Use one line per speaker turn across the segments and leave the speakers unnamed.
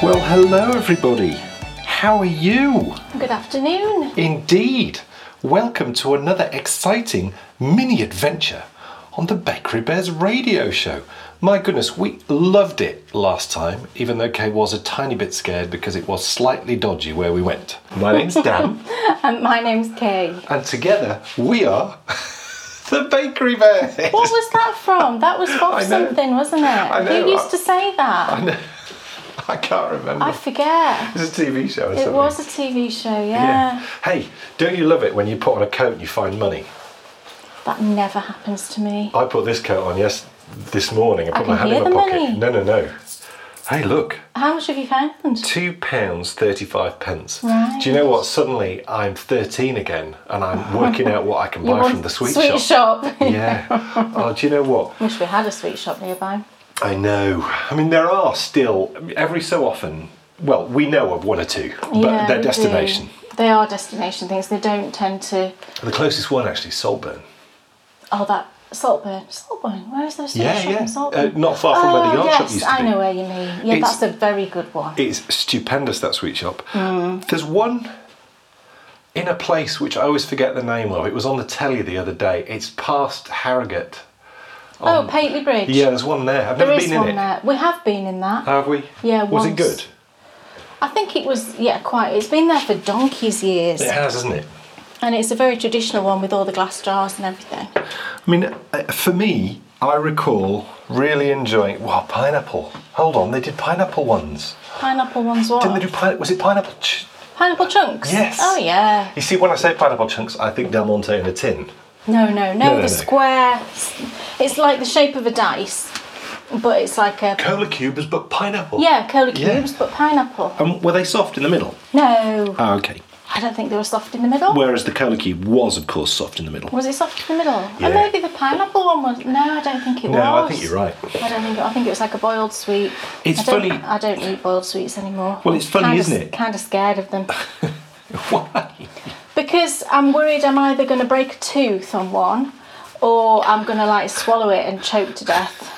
Well, hello everybody. How are you?
Good afternoon.
Indeed. Welcome to another exciting mini adventure on the Bakery Bears radio show. My goodness, we loved it last time, even though Kay was a tiny bit scared because it was slightly dodgy where we went. My name's Dan,
Um, my name's Kay.
and together we are the Bakery Bears.
What was that from? That was
I
from
know.
something, wasn't it?
I know.
Who used to say that?
I can't remember.
I forget.
It's a TV show or
It
something.
was a TV show,
Yeah.
yeah.
Hey, don't you love it when you put on a coat and you find money?
That never happens to me.
I put this coat on yes this morning. I put
I
my
can
hand in
hear
my
the
pocket.
money.
No, no, no. Hey, look,
How much have you found?
two pounds thirty-five pence.
Right.
Do you know what? Suddenly, I'm thirteen again, and I'm working out what I can
You
buy
want
from the sweet,
sweet
shop.
shop.
yeah. Oh, do you know what?
Wish we had a sweet shop nearby.
I know. I mean, there are still every so often. Well, we know of one or two, but
yeah,
they're
we do.
destination.
They are destination things. They don't tend to.
The closest one actually, is Saltburn.
Oh, that Saltburn. Saltburn. Where is there a sweet
Yeah,
shop
yeah.
in Saltburn?
Uh, not far from where the
Oh,
yard shop
yes,
used to
I
be.
know where you mean. Yeah,
It's-
that's a very good one.
It's stupendous that sweet shop.
Mm.
There's one in a place which I always forget the name of. It was on the telly the other day. It's past Harrogate.
Oh, Pateley Bridge.
Yeah, there's one there. Uh. I've
There
never
is
been in
one
it.
there. We have been in that.
Have we?
Yeah,
Was it
once.
good?
I think it was, yeah, quite. It's been there for donkey's years.
It has, hasn't it?
And it's a very traditional one with all the glass jars and everything.
I mean, uh, for me, I recall really enjoying. Wow, pineapple. Hold on, they did pineapple ones.
Pineapple ones, what?
Didn't they do pineapple? Was it pineapple? Ch-
Pineapple chunks?
Yes.
Oh, yeah.
you see, when I say pineapple chunks, I think Del Monte in a tin.
No, no, no,
no,
the
no.
square. It's like the shape of a dice, but it's like a.
Cola cubes, but pineapple.
yeah, cola
Yeah.
cubes, but pineapple.
Um, were they soft in the middle?
No.
Oh, okay.
I don't think they were soft in the middle.
Whereas the cola cube was, of course, soft in the middle.
was it soft in the middle?
Yeah.
And maybe the pineapple one was. No, I don't think it was.
No, I think you're right.
I don't think. I think it was like a boiled sweet.
It's
I don't-
funny-
I don't eat boiled sweets anymore.
Well, it's funny,
Kinda-
isn't it?
Kind of scared of them
Why?
because I'm worried I'm either going to break a tooth on one, or I'm going to like swallow it and choke to death.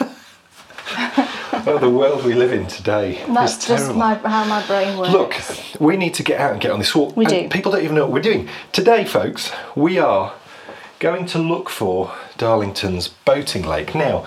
Oh, the world we live in today
That's
is
just
terrible.
my how my brain works.
Look, we need to get out and get on this walk.
We
And
do.
People don't even know what we're doing. Today, folks, we are going to look for Darlington's boating lake. Now,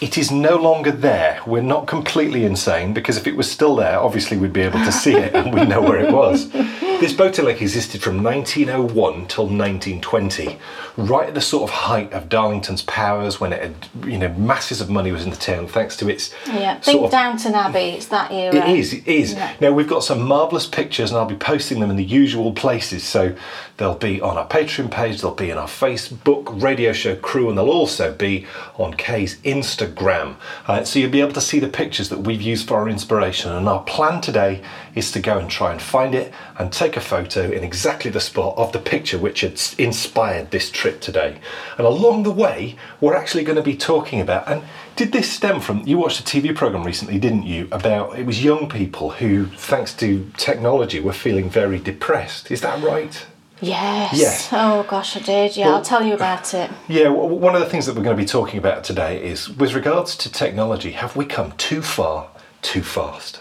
it is no longer there. We're not completely insane because if it was still there, obviously we'd be able to see it and we'd know where it was. This boating lake existed from 1901 till 1920, right at the sort of height of Darlington's powers when it had, you know, masses of money was in the town thanks to its
yeah, think
sort of
Downton Abbey. It's that era.
it is, it is.
Yeah.
Now, we've got some marvellous pictures, and I'll be posting them in the usual places. So they'll be on our Patreon page, they'll be in our Facebook radio show crew, and they'll also be on Kay's Instagram. Uh, so you'll be able to see the pictures that we've used for our inspiration. And our plan today is to go and try and find it and take a photo in exactly the spot of the picture which had s- inspired this trip today. And along the way, we're actually going to be talking about and did this stem from you watched a TV program recently, didn't you? About it was young people who, thanks to technology, were feeling very depressed. Is that right?
Yes.
Yes.
Oh gosh, I did. Yeah,
Well-
I'll tell you about it.
Yeah, w- w- one of the things that we're going to be talking about today is with regards to technology, have we come too far too fast?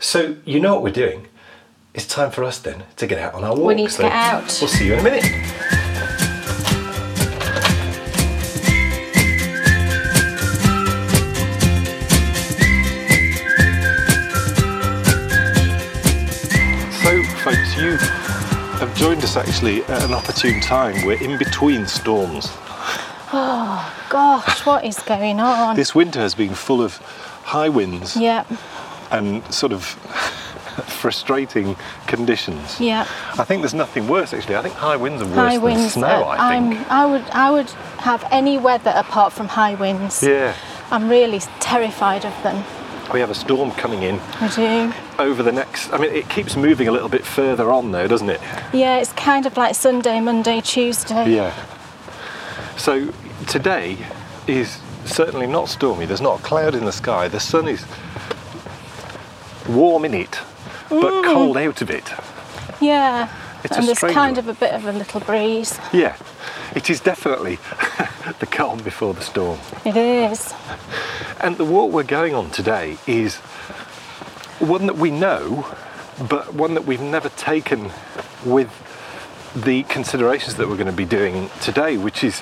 So, you know what we're doing. It's time for us then to get out on our walk.
need to
So
get out.
We'll see you in a minute. So, folks, you have joined us actually at an opportune time. We're in between storms.
Gosh, what is going on?
This winter has been full of high winds
yeah.
and sort of frustrating conditions.
Yeah.
I think there's nothing worse actually. I think high winds are worse
high
than
winds.
snow,
uh,
I think.
I'm, I would I would have any weather apart from high winds.
Yeah.
I'm really terrified of them.
We have a storm coming in
I do.
over the next I mean it keeps moving a little bit further on though, doesn't it?
Yeah, it's kind of like Sunday, Monday, Tuesday.
Yeah. So today is certainly not stormy. There's not a cloud in the sky. The sun is warm in it, but cold out of it.
Yeah.
It's a
and there's
strange
kind
one.
of a bit of a little breeze.
Yeah. It is definitely the calm before the storm.
It is.
And the walk we're going on today is one that we know, but one that we've never taken with the considerations that we're going to be doing today, which is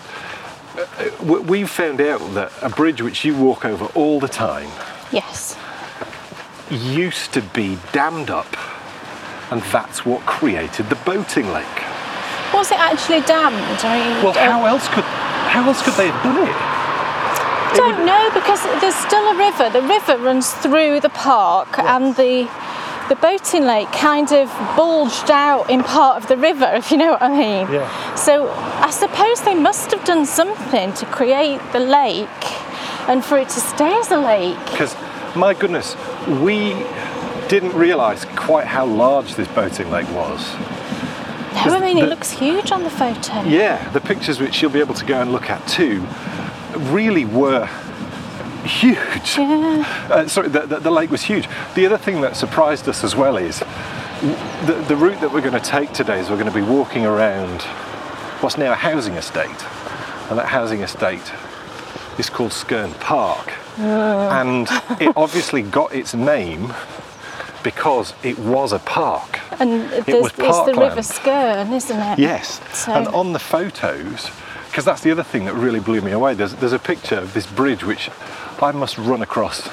uh, uh, we- we've found out that a bridge which you walk over all the time
Yes.
used to be dammed up, and that's what created the boating lake.
Was it actually dammed? I mean,
Well,
uh,
how else could how else could they have done it?
I don't know because there's still a river. The river runs through the park, and the the boating lake kind of bulged out in part of the river, if you know what I mean.
Yeah.
So I suppose they must have done something to create the lake and for it to stay as a lake.
Because my goodness, we didn't realise quite how large this boating lake was.
No, I mean
the-
it looks huge on the photo.
Yeah, the pictures which you'll be able to go and look at too really were huge.
Yeah.
Uh, sorry, the, the, the lake was huge. The other thing that surprised us as well is w- the, the route that we're going to take today is we're going to be walking around what's now a housing estate. And that housing estate is called Skern Park. And it obviously got its name because it was a park.
And there's,
was
it's the
parkland.
River Skern, isn't it?
Yes.
So-
And on the photos, because that's the other thing that really blew me away, there's, there's a picture of this bridge which I must run across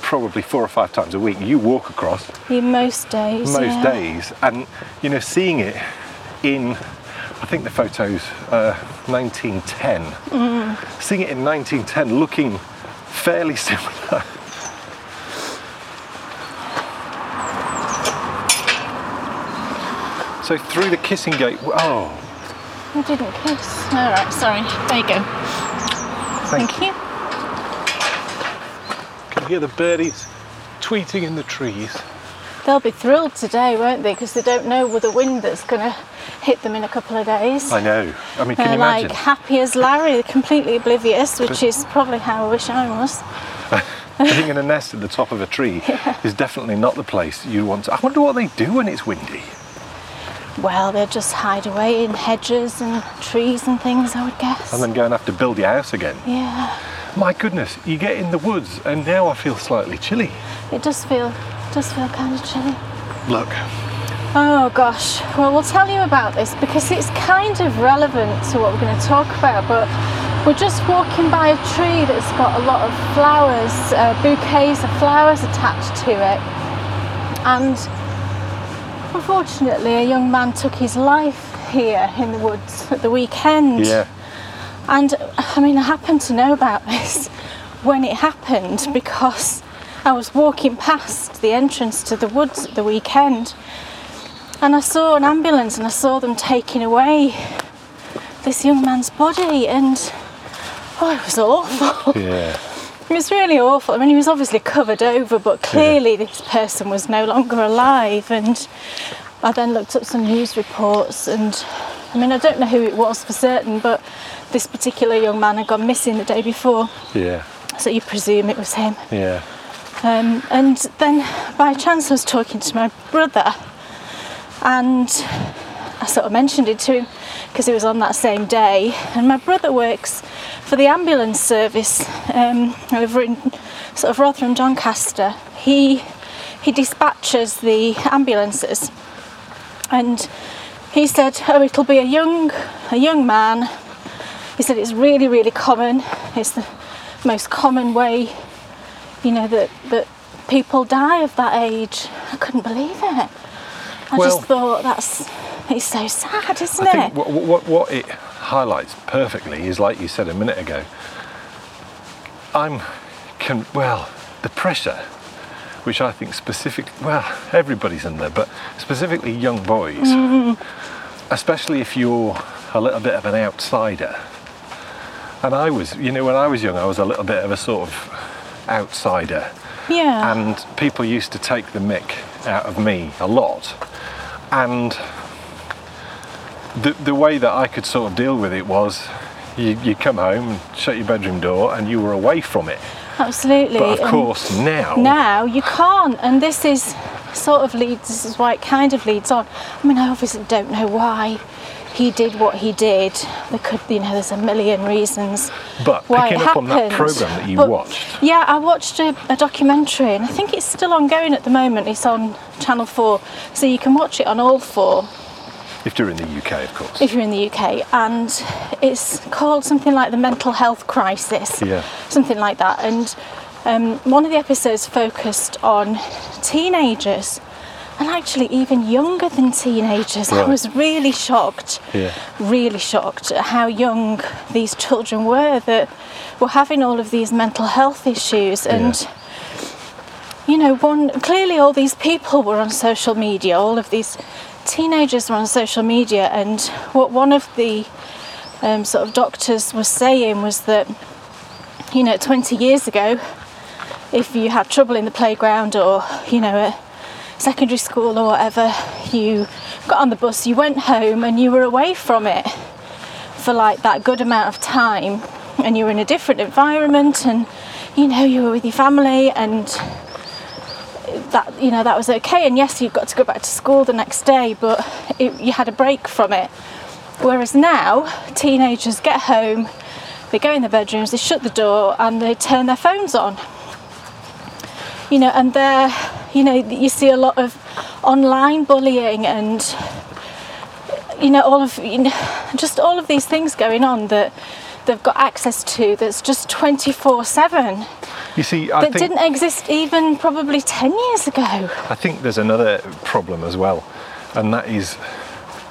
probably four or five times a week. You walk across
You- most days.
most
yeah.
days, and you know, seeing it in, I think the photos, uh, 1910,
Mm-hmm.
seeing it in 1910 looking fairly similar. So through the kissing gate, oh,
I didn't kiss. All right, sorry. There you go.
Thank
Thank you.
Can you hear the birdies tweeting in the trees?
They'll be thrilled today, won't they? Because they don't know with the wind that's going to hit them in a couple of days.
I know. I mean, can
They're
you
like
imagine?
happy as Larry, completely oblivious, which is probably how I wish I was.
Living in a nest at the top of a tree is definitely not the place you want to. I wonder what they do when it's windy.
Well, they just hide away in hedges and trees and things, I would guess.
And then go and have to build your house again.
yeah,
My goodness, you get in the woods and now I feel slightly chilly.
it does feel does feel kind of chilly.
Look,
Oh gosh. Well, we'll tell you about this because it's kind of relevant to what we're going to talk about, but we're just walking by a tree that's got a lot of flowers, uh, bouquets of flowers attached to it. And unfortunately, a young man took his life here in the woods at the weekend.
yeah,
And I mean, I happened to know about this when it happened because I was walking past the entrance to the woods at the weekend and I saw an ambulance and I saw them taking away this young man's body and oh, it was awful.
yeah.
It was really awful. I mean, he was obviously covered over, but clearly this person was no longer alive. And I then looked up some news reports, and I mean, I don't know who it was for certain, but this particular young man had gone missing the day before,
Yeah,
so you presume it was him.
yeah.
Um, and then by chance, I was talking to my brother, and I sort of mentioned it to him because it was on that same day. And my brother works for the ambulance service um, over in sort of Rotherham, Doncaster. He he dispatches the ambulances, and he said, "Oh, it'll be a young a young man." He said it's really really common. It's the most common way you know that that people die of that age. I couldn't believe it. I
Well-
just thought that's it's so sad, isn't
I
it?
think what, what, what it highlights perfectly is, like you said a minute ago, I'm, con- well, the pressure, which I think specific well, everybody's under, but specifically young boys, especially if you're a little bit of an outsider. And I was, you know, when I was young, I was a little bit of a sort of outsider.
yeah.
and people used to take the mick out of me a lot and the, the way that I could sort of deal with it was you, you come home shut your bedroom door and you were away from it
absolutely.
but of
And
course now
now you can't, and this is sort of leads. This is why it kind of leads on. I mean, I obviously don't know why he did what he did. There could, you know, there's a million reasons.
But
why
picking
it
up on that
happened.
programme that you
But,
watched.
Yeah, I watched a, a documentary, and I think it's still ongoing at the moment. It's on Channel Four, so you can watch it on all four
If you're in the UK, of course.
if you're in the UK, and it's called something like the mental health crisis,
Yeah.
something like that. And um, one of the episodes focused on teenagers, and actually even younger than teenagers. I
Right.
was really shocked,
Yeah.
really shocked at how young these children were that were having all of these mental health issues and.
Yeah.
You know, one clearly all these people were on social media. All of these teenagers were on social media, and what one of the um, sort of doctors was saying was that, you know, 20 years ago, if you had trouble in the playground or you know at secondary school or whatever, you got on the bus, you went home, and you were away from it for like that good amount of time, and you were in a different environment, and you know you were with your family and that you know that was okay and yes you got to go back to school the next day but it, you had a break from it whereas now teenagers get home they go in their bedrooms they shut the door and they turn their phones on you know and they're you know you see a lot of online bullying and you know all of you know, just all of these things going on that they've got access to that's just 24 7
You see, I
that
think
didn't exist even probably 10 years ago
I think there's another problem as well, and that is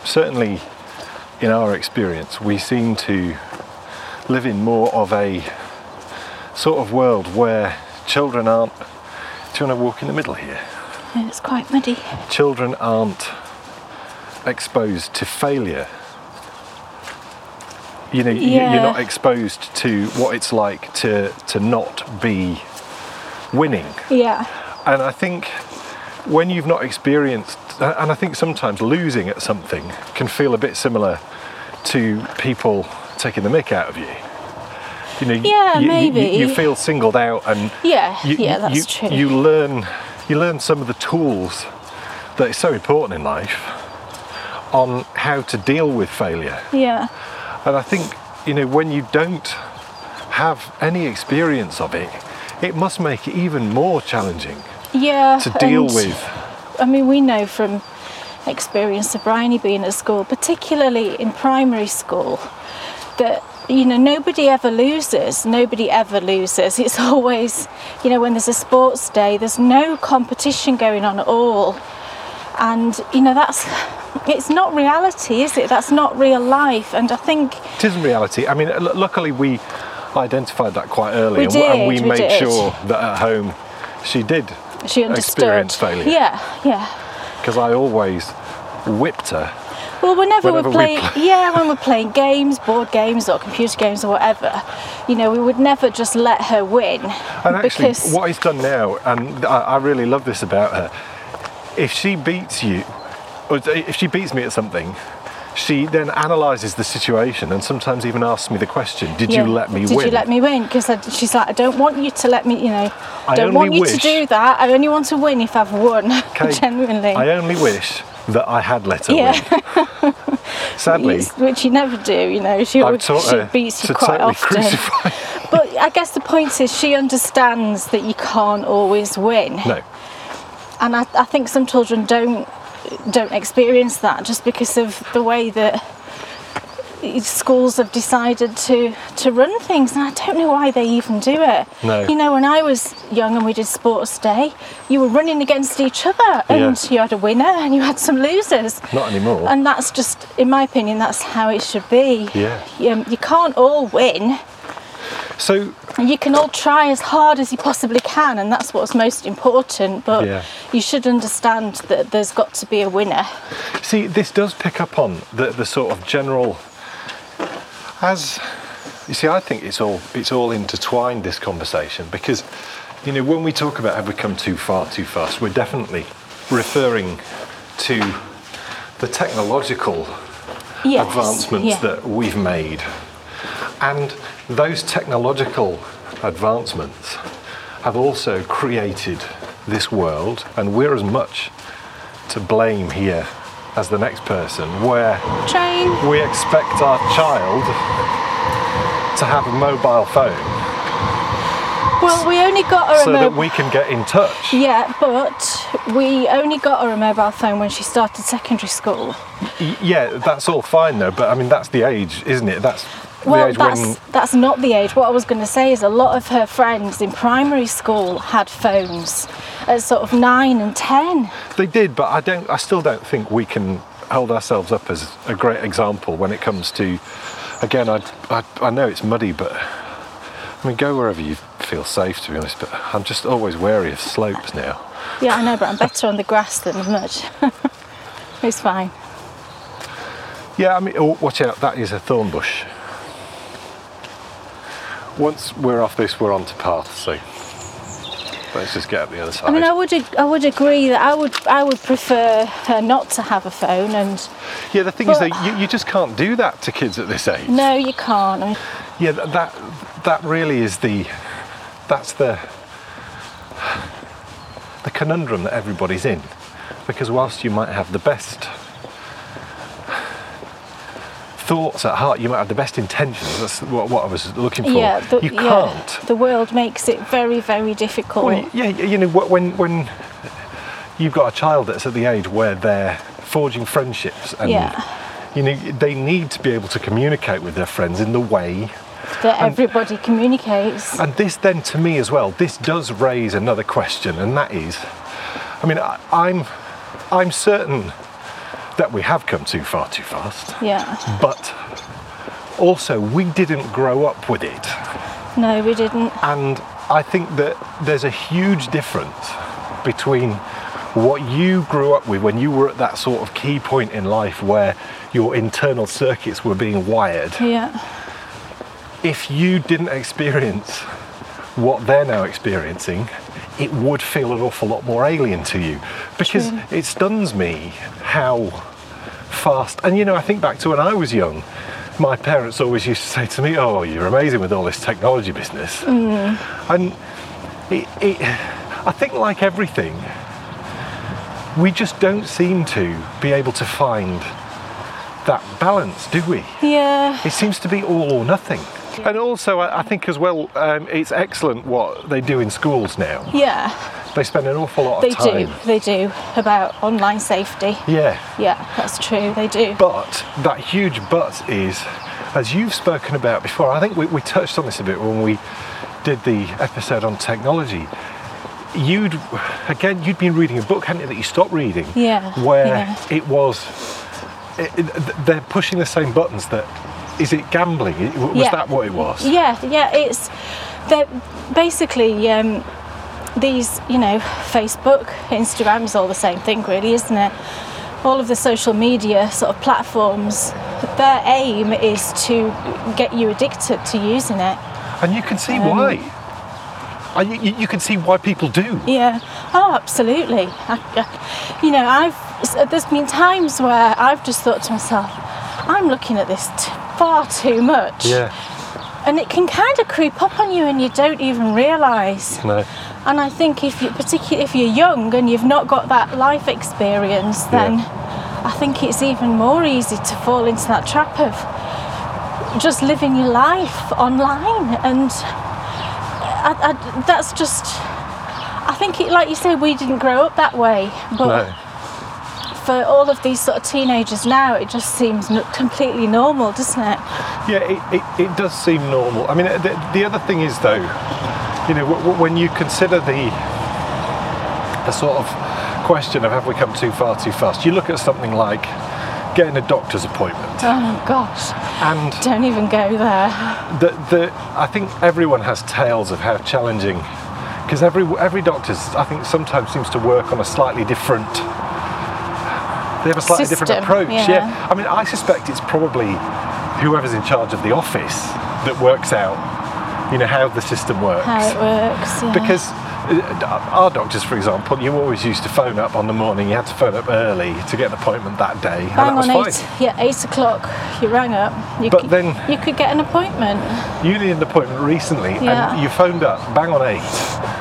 certainly in our experience, we seem to live in more of a sort of world where children aren't. Do you want to walk in the middle here?
Yeah, it's quite muddy.
Children aren't exposed to failure. You know, you-
Yeah.
you're not exposed to what it's like to to not be winning.
Yeah,
And I think when you've not experienced, and I think sometimes losing at something can feel a bit similar to people taking the mick out of you. You know, you-
Yeah,
you, you-
maybe.
You, feel singled out, and
yeah,
you,
yeah. That's
you,
true.
You learn, you learn some of the tools that is so important in life on how to deal with failure.
yeah,
And I think, you know, when you don't have any experience of it, it must make it even more challenging
yeah.
to deal
and,
with.
I mean, we know from experience of Bryony being at school, particularly in primary school, that you know nobody ever loses. Nobody ever loses. It's always, you know, when there's a sports day, there's no competition going on at all, and you know that's. It's not reality, is it? That's not real life. And I think
It isn't reality. I mean, l- luckily we identified that quite early,
We
and, w- and
did,
we,
we
made
did.
sure that at home she did,
she understood.
Experience failure.
Yeah, yeah.
because I always whipped her.
Well, whenever,
Whenever
we're
we
playing,
play-
yeah, when we're playing games, board games or computer games or whatever, you know, we would never just let her win
And actually,
because
what he's done now, and I, I really love this about her, if she beats you, or if she beats me at something. She then analyses the situation and sometimes even asks me the question, "Did
yeah,
you let me
did
win?"
you let me win? Because she's like, I don't want you to let me, you know,
I
don't
only
want you to
wish-
do that. I only want to win if I've won,
Okay.
genuinely.
I only wish that I had let her
Yeah.
win. Sadly,
Yes, which you never do, you know. She,
I've
always,
taught
she
her
beats you
to
quite
totally
often.
crucify.
But I guess the point is, she understands that you can't always win.
No,
and I, I think some children don't don't experience that just because of the way that schools have decided to to run things and I don't know why they even do it.
No.
You know when I was young and we did sports day, you were running against each other and
Yeah.
you had a winner and you had some losers.
not anymore.
And that's just in my opinion that's how it should be. Um,
Yeah.
You, you can't all win.
so
And you can all try as hard as you possibly can, and that's what's most important. But
Yeah.
you should understand that there's got to be a winner.
See, this does pick up on the, the sort of general. As you see, I think it's all it's all intertwined. This conversation because you know when we talk about have we come too far too fast, we're definitely referring to the technological
Yes.
advancements
yeah.
that we've made, and those technological advancements have also created this world, and we're as much to blame here as the next person, where
Train.
we expect our child to have a mobile phone
Well, we only got her
so
a
that
mobile.
we can get in touch.
yeah, but we only got her a mobile phone when she started secondary school.
Y- Yeah, that's all fine though, but I mean, that's the age, isn't it? That's the
Well,
age
that's
when.
that's not the age. What I was going to say is a lot of her friends in primary school had phones at sort of nine and ten.
They did, but I don't. I still don't think we can hold ourselves up as a great example when it comes to. Again, I I, I know it's muddy, but I mean, go wherever you feel safe, to be honest. But I'm just always wary of slopes now.
Yeah, I know, but I'm better on the grass than the mud. it's fine.
Yeah, I mean, oh, watch out! That is a thorn bush. Once we're off this, we're onto path. So let's just get up the other side.
I mean, I would ag- I would agree that I would I would prefer her not to have a phone, and
yeah, the thing is,
but-
though, you, you just can't do that to kids at this age.
no, you can't. I mean,
yeah th- that that really is the that's the the conundrum that everybody's in because whilst you might have the best thoughts at heart you might have the best intentions that's what, what i was looking for
yeah, the,
you
yeah,
can't
the world makes it very very difficult.
well, yeah, y- you know, wh- when when you've got a child that's at the age where they're forging friendships, and
Yeah.
you know, they need to be able to communicate with their friends in the way.
that
Um,
everybody communicates.
And this, then, to me as well, this does raise another question, and that is, I mean, I, I'm I'm certain that we have come too far too fast,
Yeah,
but also we didn't grow up with it.
no, we didn't.
And I think that there's a huge difference between what you grew up with when you were at that sort of key point in life where your internal circuits were being wired.
Yeah,
If you didn't experience what they're now experiencing, it would feel an awful lot more alien to you because
True.
it stuns me how fast. And you know, I think back to when I was young, my parents always used to say to me, Oh, you're amazing with all this technology business. And it, it, I think, like everything, we just don't seem to be able to find that balance, do we?
yeah,
It seems to be all or nothing. And also, I I think as well, um, it's excellent what they do in schools now.
yeah.
They spend an awful lot of
They
time.
do, they do about online safety.
Yeah,
Yeah, that's true. They do.
but that huge but is, as you've spoken about before, I think we, we touched on this a bit when we did the episode on technology. You'd, again, you'd been reading a book, hadn't you, that you stopped reading?
Yeah,
Where
yeah.
it was, it, it- they're pushing the same buttons that, is it gambling? It- Was
Yeah.
that what it was?
Yeah, yeah, it's they're basically um, these, you know, Facebook, Instagram's all the same thing, really, isn't it? All of the social media sort of platforms, their aim is to get you addicted to using it.
And you can see why. And you- you, you can see why people do.
Yeah. Oh, absolutely. I, I- you know, I've s- there's been times where I've just thought to myself, I'm looking at this t- far too much, and it can kind of creep up on you, and you don't even realise.
No.
And I think if you particularly if you're young and you've not got that life experience, then I think it's even more easy to fall into that trap of just living your life online, and I, I- that's just. I think, it, like you said, we didn't grow up that way, but
No.
for all of these sort of teenagers now, it just seems n- completely normal, doesn't it?
Yeah, it, it, it does seem normal. I mean, the, the other thing is though, you know, w- w- when you consider the the sort of question of have we come too far too fast, you look at something like getting a doctor's appointment,
Oh gosh,
and
don't even go there.
the, the I think everyone has tales of how challenging, because every every doctor's I think sometimes seems to work on a slightly different. They have a slightly
System,
different approach.
yeah.
I mean, I suspect it's probably whoever's in charge of the office that works out, you know, how the system works.
How it works. Yeah.
Because uh, our doctors, for example, you always used to phone up on the morning. You had to phone up early to get an appointment that day, and that
Bang
was
on
fine.
eight, yeah, eight o'clock. You rang up. You
But
could,
then-
you could get an appointment.
You needed an appointment recently,
Yeah.
and you phoned up, bang on eight,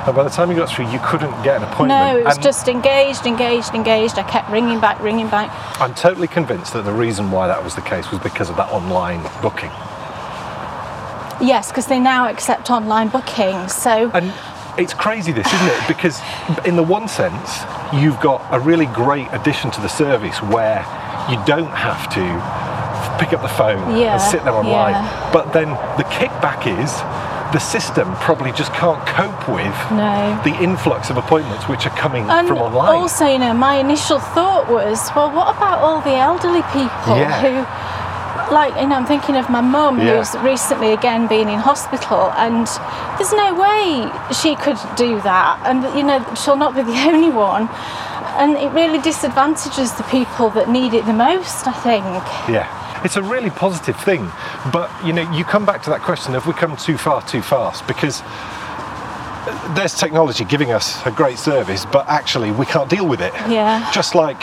and by the time you got through, you couldn't get an appointment.
No, it was
And
just engaged, engaged, engaged. I kept ringing back, ringing back.
I'm totally convinced that the reason why that was the case was because of that online booking.
Yes, because they now accept online bookings. So
And it's crazy, this, isn't it? Because, in the one sense, you've got a really great addition to the service where you don't have to f- pick up the phone
Yeah,
and sit there online.
yeah.
But then the kickback is the system probably just can't cope with
No.
the influx of appointments which are coming
And
from online.
also, you know, my initial thought was, well, what about all the elderly people
Yeah.
who, like, you know, I'm thinking of my mum
Yeah.
who's recently again been in hospital, and there's no way she could do that, and you know, she'll not be the only one, and it really disadvantages the people that need it the most, I think.
Yeah, it's a really positive thing. But you know, you come back to that question: Have we come too far, too fast? Because uh, there's technology giving us a great service, but actually we can't deal with it.
Yeah.
Just like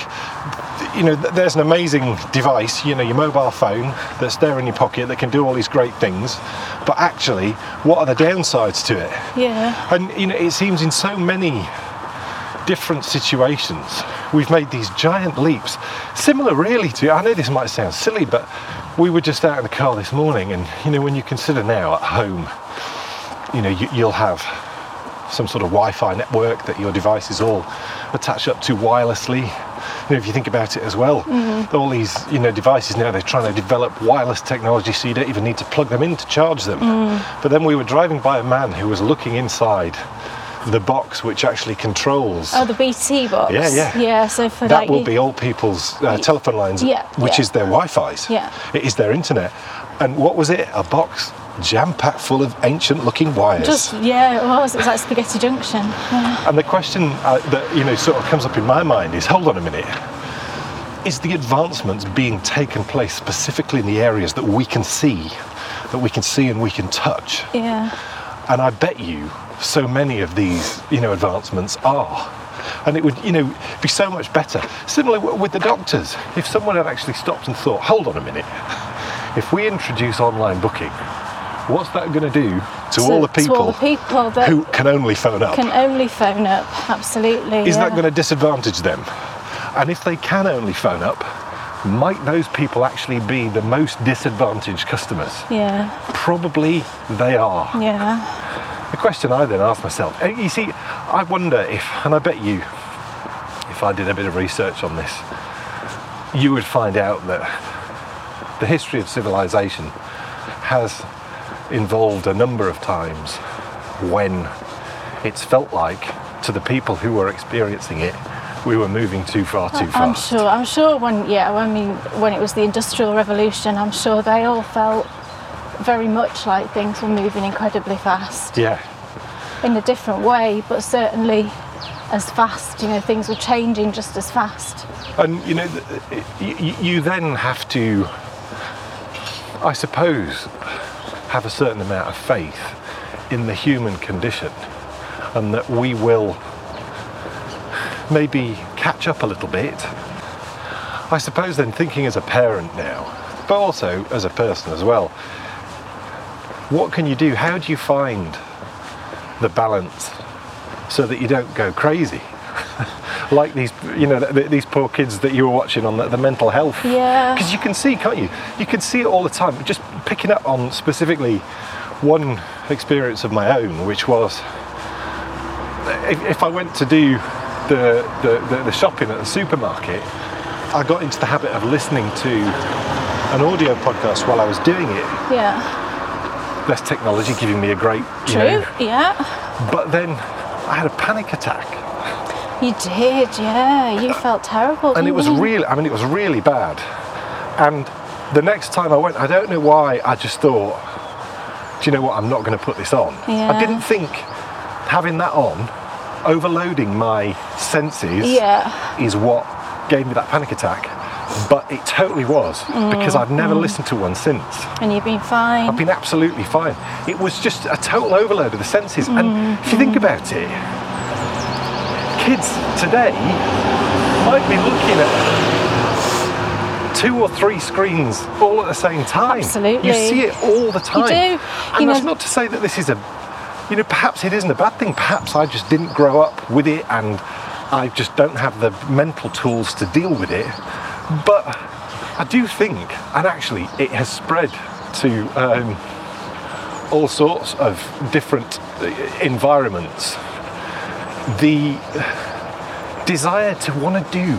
you know, th- there's an amazing device, you know, your mobile phone that's there in your pocket that can do all these great things, but actually, what are the downsides to it?
Yeah.
And you know, it seems in so many different situations we've made these giant leaps. Similar, really, to I know this might sound silly, but we were just out in the car this morning, and you know, when you consider now at home, you know, you, you'll have some sort of Wi-Fi network that your device is all attached up to wirelessly. You know, if you think about it as well,
Mm-hmm.
all these you know devices now they're trying to develop wireless technology, so you don't even need to plug them in to charge them.
Mm.
But then we were driving by a man who was looking inside the box which actually controls.
Oh, the BT box.
Yeah, yeah.
Yeah. So for
that
like,
will be all people's uh, telephone lines,
Yeah,
which
yeah.
is their Wi-Fi's.
Yeah.
It is their internet. And what was it? A box jam-packed full of ancient-looking wires.
Just yeah, it was. It was like Spaghetti Junction. Yeah.
And the question uh, that you know sort of comes up in my mind is, hold on a minute. Is the advancements being taken place specifically in the areas that we can see, that we can see and we can touch?
yeah.
And I bet you so many of these, you know, advancements are. And it would, you know, be so much better. Similarly w- with the doctors, if someone had actually stopped and thought, hold on a minute, if we introduce online booking, what's that going to do to,
To-
all the
to
people,
all the people that-
who can only phone up?
Can only phone up. Absolutely.
Is that
yeah.
going to disadvantage them? And if they can only phone up, might those people actually be the most disadvantaged customers?
Yeah,
Probably they are.
yeah,
The question I then ask myself, and you see, I wonder if, and I bet you, if I did a bit of research on this, you would find out that the history of civilization has involved a number of times when it's felt like to the people who were experiencing it, we were moving too far too
I'm
fast.
sure. I'm sure. When yeah, I mean, when it was the Industrial Revolution, I'm sure they all felt very much like things were moving incredibly fast
Yeah,
in a different way, but certainly as fast. You know, things were changing just as fast.
And you know, th- y- y- you then have to, I suppose, have a certain amount of faith in the human condition, and that we will maybe catch up a little bit. I suppose then thinking as a parent now, but also as a person as well. What can you do? How do you find the balance so that you don't go crazy? like these you know th- th- these poor kids that you were watching on the, the mental health
Yeah.
because you can see can't you you can see it all the time just picking up on specifically one experience of my own which was if, if i went to do the, the, the, the shopping at the supermarket i got into the habit of listening to an audio podcast while i was doing it
Yeah,
there's technology giving me a great you
true.
know
Yeah,
but then i had a panic attack
you did. Yeah, you felt terrible.
and
didn't
it was
you?
really i mean it was really bad and the next time i went i don't know why i just thought do you know what i'm not going to put this on
Yeah.
i didn't think having that on overloading my senses
Yeah,
is what gave me that panic attack but it totally was because
Mm.
i've never listened to one since
and you've been fine.
I've been absolutely fine. It was just a total overload of the senses. And if you think about it, kids today might be looking at two or three screens all at the same time.
Absolutely.
You see it all the time.
do.
And
You
that's
know-
not to say that this is a, you know, perhaps it isn't a bad thing. Perhaps I just didn't grow up with it and I just don't have the mental tools to deal with it. But I do think, and actually, it has spread to um, all sorts of different uh, environments. The desire to want to do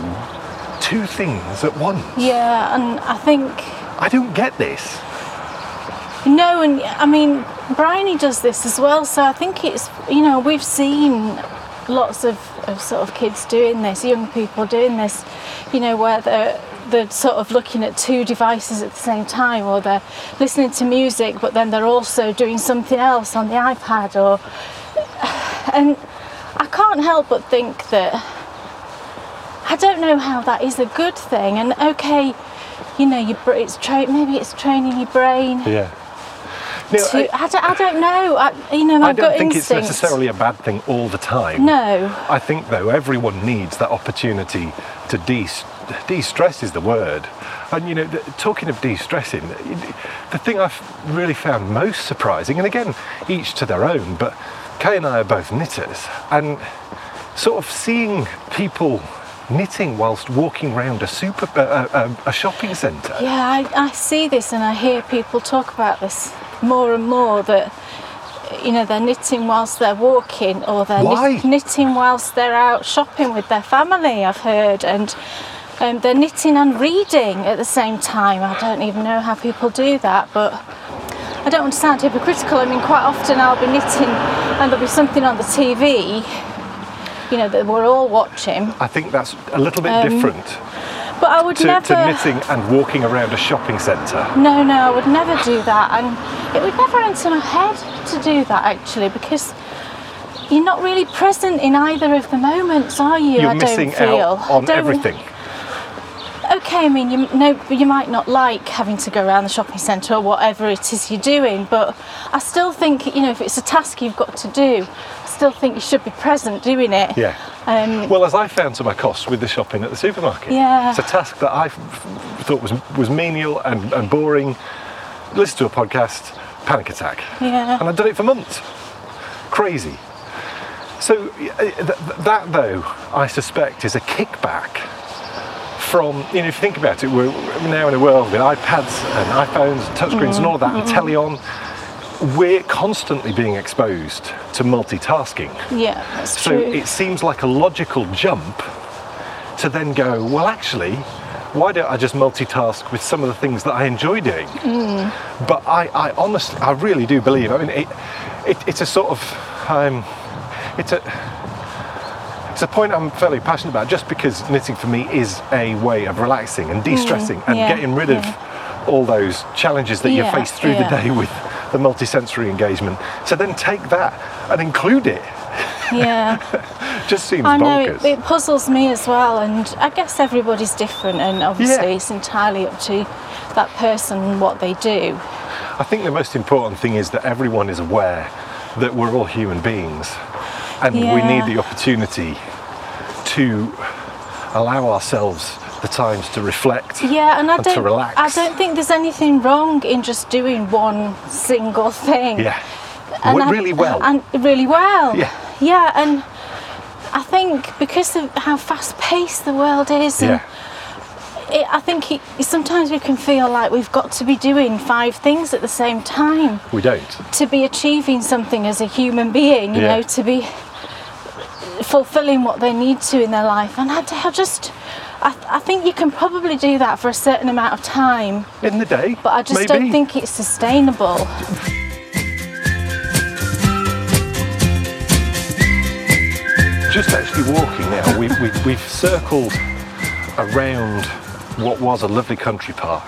two things at once.
Yeah, and I think
I don't get this.
No, and I mean, Bryony does this as well, so I think it's, you know, we've seen lots of, of sort of kids doing this, young people doing this, you know, where they're, they're sort of looking at two devices at the same time, or they're listening to music, but then they're also doing something else on the iPad, or. And I can't help but think that I don't know how that is a good thing, and okay. You know, your, br- it's tra- maybe it's training your brain
Yeah. No,
to, I, don't, I don't know. I, you know, my
I, I don't
gut
think it's
instinct.
necessarily a bad thing all the time.
No.
I think though everyone needs that opportunity to de de-stress is the word. And you know, th talking of de-stressing, the thing I've really found most surprising, and again, each to their own, but Kay and I are both knitters, and sort of seeing people knitting whilst walking round a super uh, uh, a shopping centre.
Yeah, I, I see this and I hear people talk about this more and more that you know they're knitting whilst they're walking or they're
Why?
knit- knitting whilst they're out shopping with their family. I've heard and. Um, they're knitting and reading at the same time. I don't even know how people do that, but I don't want to sound hypocritical. I mean, quite often I'll be knitting and there'll be something on the TV, you know, that we're all watching.
I think that's a little bit different
But I would
to,
Um, never.
to knitting and walking around a shopping centre.
No, no, I would never do that, and it would never enter my head to do that actually, because you're not really present in either of the moments, are you?
You're
I don't
missing
feel.
out
I
on
don't-
everything.
Okay, I mean, you no, you might not like having to go around the shopping centre or whatever it is you're doing, but I still think you know if it's a task you've got to do, I still think you should be present doing it.
Yeah.
Um,
Well, as I found to my cost with the shopping at the supermarket.
Yeah.
It's a task that I f- thought was was menial and, and boring. Listen to a podcast, panic attack.
Yeah.
And I've done it for months. Crazy. So y- th- th- that, though, I suspect is a kickback from, you know, if you think about it, we're we're now in a world with iPads and iPhones and touchscreens and all of that,
Mm.
and telly on. We're constantly being exposed to multitasking.
yeah, that's
So
true.
it seems like a logical jump to then go, well, actually, why don't I just multitask with some of the things that I enjoy doing?
Hmm.
But I, I honestly, I really do believe, I mean, it, it, it's a sort of, um, it's a, it's a point I'm fairly passionate about just because knitting for me is a way of relaxing and de stressing and
Hmm. yeah,
getting rid of all those challenges that you
Yeah,
face through the
yeah.
day with the multisensory engagement. So then take that and include it.
yeah.
Just seems
I know
bonkers.
it, it puzzles me as well, and I guess everybody's different, and obviously
Yeah.
it's entirely up to that person and what they do.
I think the most important thing is that everyone is aware that we're all human beings and we
Yeah.
need the opportunity to allow ourselves the times to reflect
Yeah, and I
and
don't,
to relax.
I don't think there's anything wrong in just doing one single thing.
yeah.
and
Work
I-
really well.
And really well.
Yeah.
Yeah, and I think because of how fast paced the world is, and
yeah.
it, I think it, sometimes we can feel like we've got to be doing five things at the same time.
We don't.
to be achieving something as a human being, you
Yeah.
know, to be fulfilling what they need to in their life. And I, I just, I, I think you can probably do that for a certain amount of time,
In the day.
but I just
maybe.
don't think it's sustainable.
just actually walking now, we, we, we've circled around what was a lovely country park,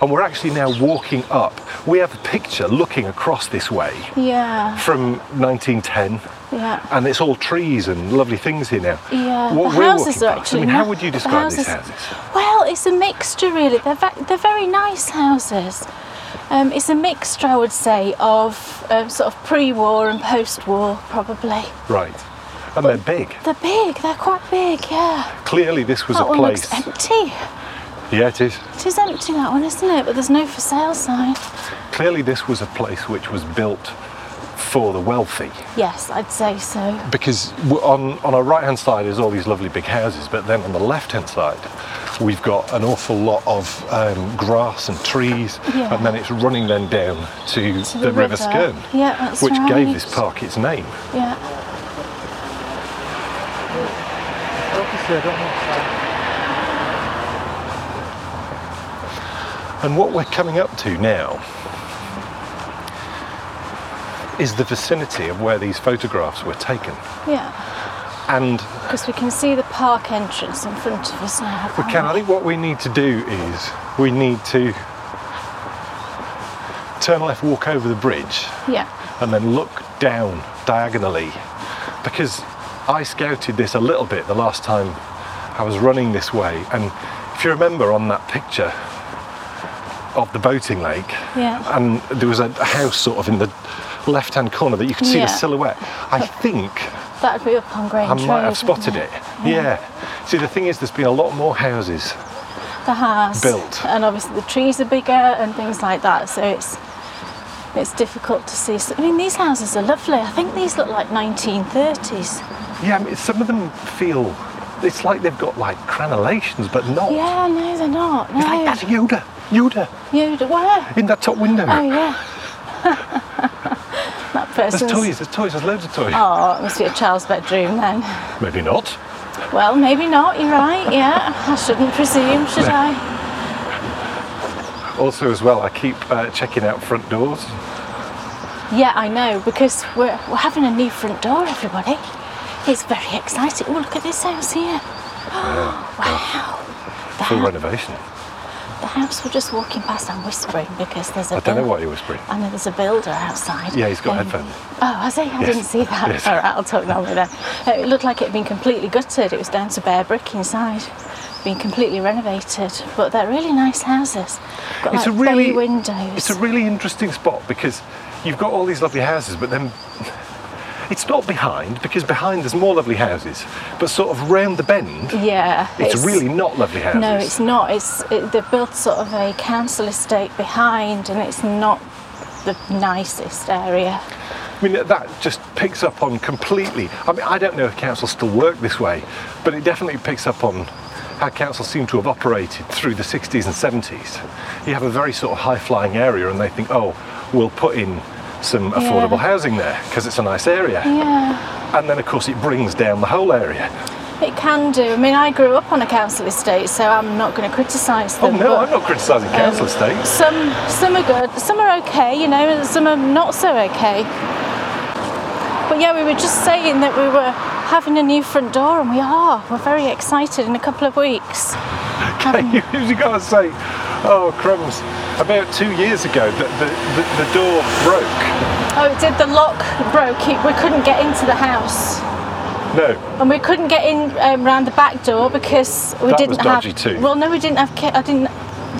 and we're actually now walking up. We have a picture looking across this way
Yeah,
from 1910,
yeah.
and it's all trees and lovely things here now.
Yeah,
What
the
we're walking
houses are
past, I
actually.
mean, how
not-
would you
the
describe these houses?
Well, it's a mixture, really. They're, ve- they're very nice houses. Um, it's a mixture, I would say, of um, sort of pre war and post war, probably.
Right. And they're big.
They're big, they're quite big, yeah.
Clearly, this was
that
a
one
place.
Oh, looks empty.
Yeah, it is.
It is empty, that one, isn't it? But there's no for sale sign.
Clearly, this was a place which was built for the wealthy
Yes, I'd say so.
because w- on, on our right hand side is all these lovely big houses, but then on the left hand side, we've got an awful lot of um, grass and trees,
Yeah.
and then it's running then down to,
To
the,
the
River
river.
Skern,
Yeah, that's
which gave
right.
this park its name.
Yeah.
And what we're coming up to now is the vicinity of where these photographs were taken.
Yeah.
And
Because we can see the park entrance in front of us now.
we
can't
can, I think what we need to do is we need to turn left, walk over the bridge,
Yeah.
and then look down diagonally because I scouted this a little bit the last time I was running this way. And if you remember on that picture of the boating lake,
Yeah.
and there was a a house sort of in the left hand corner that you could see the
Yeah.
silhouette. I think
That'd be up on Grange
I might
Road,
have spotted it.
wouldn't
Yeah. See, the thing is, there's been a lot more houses.
The house.
Built.
And obviously the trees are bigger and things like that, so it's it's difficult to see. So, I mean, these houses are lovely. I think these look like 1930s.
Yeah, I mean, some of them feel it's like they've got like crenellations, but not.
Yeah, no, they're not. No.
It's like that's Yoda. Yoda
You d- where?
in that top window.
Oh yeah. that person's.
There's toys, there's toys, there's loads of toys.
Oh, it must be a child's bedroom then.
Maybe not.
Well, maybe not. You're right. Yeah, I shouldn't presume, should I?
Also, as well, I keep uh, checking out front doors.
Yeah, I know because we're we're having a new front door, everybody. It's very exciting. Oh, look at this house here. wow. The,
Full
hou-
renovation.
the house we're just walking past. I'm whispering because there's a.
I don't know
buil-
why you're whispering.
I know there's a builder outside.
Yeah, he's got
Um,
headphones.
Oh, has he? I
Yes.
didn't see that.
Yes.
All right, I'll talk normally then. Uh, it looked like it had been completely gutted. It was down to bare brick inside, been completely renovated. But they're really nice houses. Got
it's
like
a really
bay windows.
It's a really interesting spot because you've got all these lovely houses, but then it's not behind because behind there's more lovely houses, but sort of round the bend,
yeah.
it's, really not lovely houses.
No, it's not. It's it, they've built sort of a council estate behind, and it's not the nicest area.
I mean, that just picks up on completely. I mean, I don't know if councils still work this way, but it definitely picks up on how councils seem to have operated through the 60s and 70s. You have a very sort of high flying area, and they think, oh, we'll put in some affordable housing there because it's a nice area.
Yeah.
And then, of course, it brings down the whole area.
It can do. I mean, I grew up on a council estate, so I'm not going to criticise
Oh,
them.
no,
but-
I'm not criticising council estates.
Some some are good, some are okay, you know, and some are not so okay. But yeah, we were just saying that we were having a new front door, and we are. We're very excited in a couple of weeks.
you you gotta say, oh, crumbs. About two years ago, the, the, the, the door broke.
Oh, it did. The lock broke. It- We couldn't get into the house,
No,
and we couldn't get in um, round the back door because we
That was
didn't
dodgy
have.
too.
Well, no, we didn't have. Key, I didn't.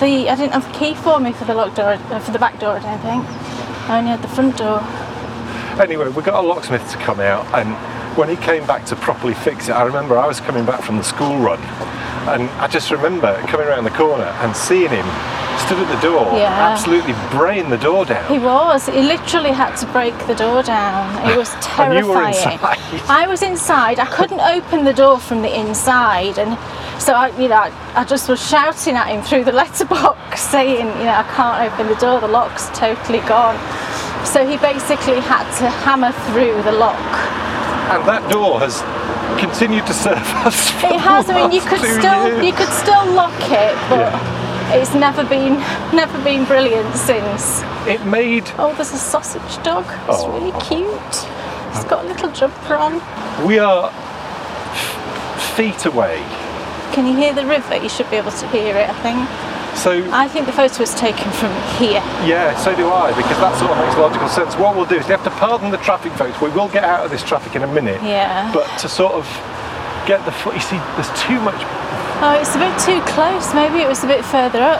The I didn't have a key for me for the lock door uh, for the back door. I don't think. I only had the front door.
Anyway, we got a locksmith to come out, and when he came back to properly fix it, I remember I was coming back from the school run, and I just remember coming around the corner and seeing him stood at the door,
Yeah.
absolutely braying the door
He
down.
was. He literally had to break the door down. It was
And
terrifying.
you were inside.
I was inside. I couldn't open the door from the inside, and so I, you know, I, I just was shouting at him through the letterbox, saying, you know, I can't open the door. The lock's totally gone. So he basically had to hammer through the lock.
And that door has continued to serve us. For
It has. I mean, you
the
could
last two
still
years.
you could still lock it, but it's never been never been brilliant since.
It made
Oh, there's a sausage dog. It's
Oh.
really cute. It's got a little jumper on.
we are f- feet away.
Can you hear the river? You should be able to hear it, I think.
So
I think the photo was taken from here.
Yeah, so do I, because that sort of makes logical sense. What we'll do is you have to pardon the traffic, folks. We will get out of this traffic in a minute.
Yeah.
But to sort of get the foot, you see, there's too much.
Oh, it's a bit too close. Maybe it was a bit further up.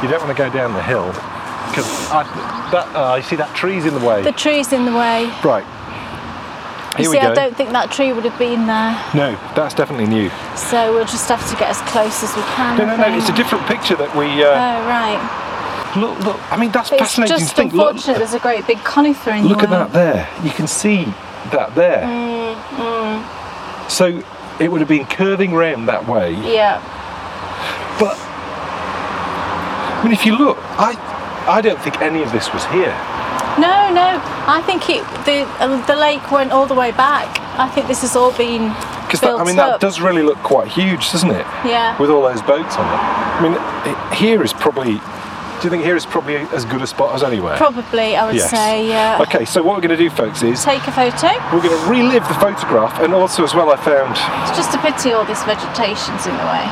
You don't want to go down the hill because that uh, you see that tree's in the way.
The tree's in the way.
right. Here
You see,
we go.
I don't think that tree would have been there,
No, that's definitely new.
so we'll just have to get as close as we can.
No,
I
no, no.
think.
It's a different picture that we uh,
Oh right.
look. Look, I mean, that's
It's
fascinating
just
to think. Look,
unfortunate. There's a great big conifer in
look
the
at
way.
that there. You can see that there.
Mm,
So it would have been curving round that way.
Yeah.
But I mean, if you look, I I don't think any of this was here.
No, no. I think it the uh, the lake went all the way back. I think this has all been
Because
built
I mean, that
up.
does really look quite huge, doesn't it?
Yeah.
With all those boats on it. I mean, it, here is probably. Do you think here is probably as good a spot as anywhere?
Probably, I would
Yes.
say. Yeah.
Okay, so what we're going to do, folks, is
Take a photo.
we're going to relive the photograph, and also as well, I found.
It's just a pity all this vegetation's in the way.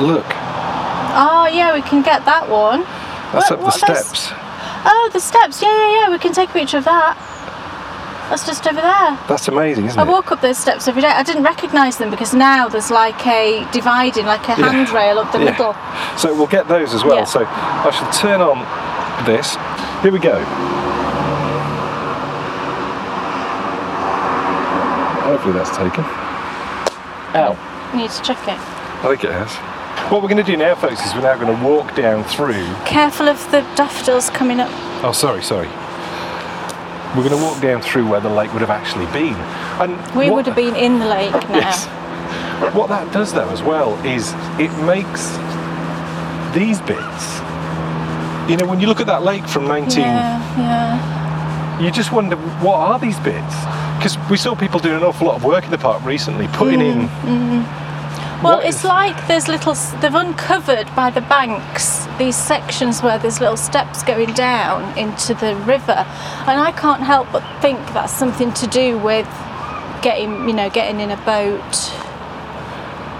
Look,
Oh yeah, we can get that one.
that's
What-
up the
what are those-
steps.
Oh, the steps. Yeah, yeah, yeah. We can take a picture of that. That's just over there.
That's amazing, isn't
I
it?
walk up those steps every day. I didn't recognise them because now there's like a dividing, like a
Yeah.
handrail up the
Yeah.
middle.
So we'll get those as well.
Yeah.
So I shall turn on this. Here we go. Hopefully that's taken. Ow.
You need to check it.
I think it has. What we're going to do now, folks, is we're now going to walk down through.
Careful of the daffodils coming up.
Oh, sorry, sorry. We're going to walk down through where the lake would have actually been. And
We
what-
would have been in the lake now.
Yes. What that does though as well is it makes these bits. You know, when you look at that lake from 19,
Yeah, yeah.
you just wonder what are these bits? Because we saw people doing an awful lot of work in the park recently, putting in.
Mm. Well,
What
it's
is-
like there's little. s- They've uncovered by the banks these sections where there's little steps going down into the river, and I can't help but think that's something to do with getting, you know, getting in a boat.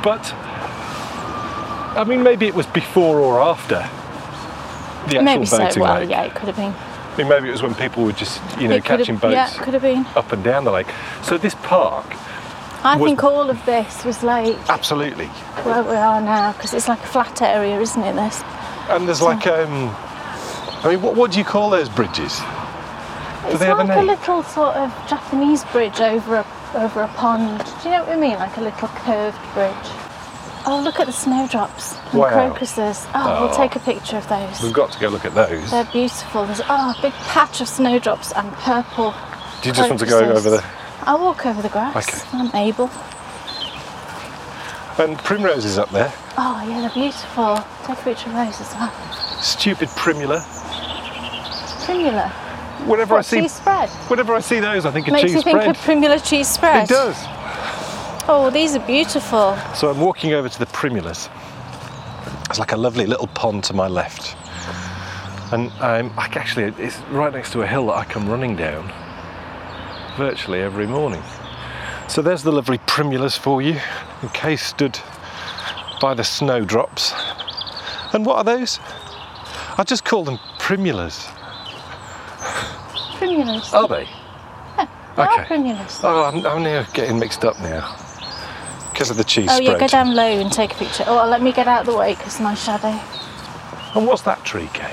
But I mean, maybe it was before or after the actual
Maybe so.
boating
Well,
lake.
yeah, it could have been.
I mean, maybe it was when people were just you know
it could
catching
have,
boats
Yeah, could have been.
up and down the lake. So this park,
I
was-
think all of this was like
absolutely,
where we are now because it's like a flat area, isn't it? This.
And there's like, um, I mean, what, what do you call those bridges?
It's
they have a
like
name?
little sort of Japanese bridge over a over a pond. Do you know what I mean? Like a little curved bridge. Oh, look at the snowdrops and
Wow.
crocuses. Oh,
Oh.
we'll take a picture of
We've
those.
got to go look at those.
They're beautiful. There's oh, a big patch of snowdrops and purple.
Do you just want to go
crocuses.
over there?
I'll walk over the grass.
Okay.
I'm able.
And primroses up there.
Oh, yeah, they're beautiful. Take a picture of those as well.
Stupid primula.
Primula.
Whenever
What,
I see,
cheese spread?
whenever I see those, I think of
Makes
cheese
you think
spread.
of primula cheese spread.
it does.
Oh, these are beautiful.
So I'm walking over to the primulas. It's like a lovely little pond to my left, and I'm I c- actually it's right next to a hill that I come running down virtually every morning. So there's the lovely primulas for you, in case stood by the snowdrops. And what are those? I just call them primulas.
Primulas.
Are they?
They are
Oh, okay.
primulas.
Oh, I'm, I'm now getting mixed up now because of the cheese
Oh
spread.
yeah, go down low and take a picture. Oh, let me get out of the way because my shadow.
And what's that tree, Kate?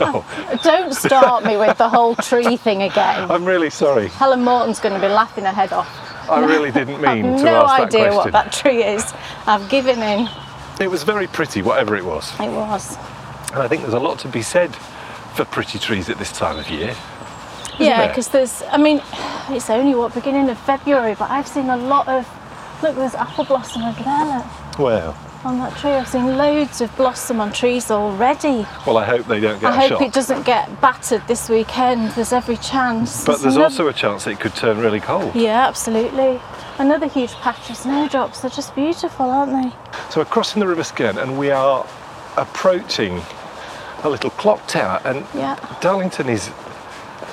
Oh,
Don't start me with the whole tree thing again.
I'm really sorry.
Helen Morton's going to be laughing her head off.
I really didn't
I've
mean to
no
ask
idea
that question.
what that tree is. I've given in.
It was very pretty, whatever it was.
It was.
And I think there's a lot to be said for pretty trees at this time of year.
yeah,
there?
because there's. I mean, it's only what beginning of February, but I've seen a lot of. Look, there's apple blossom over there. Look,
Well,
on that tree, I've seen loads of blossom on trees already.
well, I hope they don't get
I hope
shot.
it doesn't get battered this weekend. There's every chance.
but there's
no-
also a chance it could turn really cold.
Yeah, absolutely. Another huge patch of snowdrops. They're just beautiful, aren't they?
So we're crossing the River Skern and we are approaching a little clock tower. And
Yeah.
Darlington is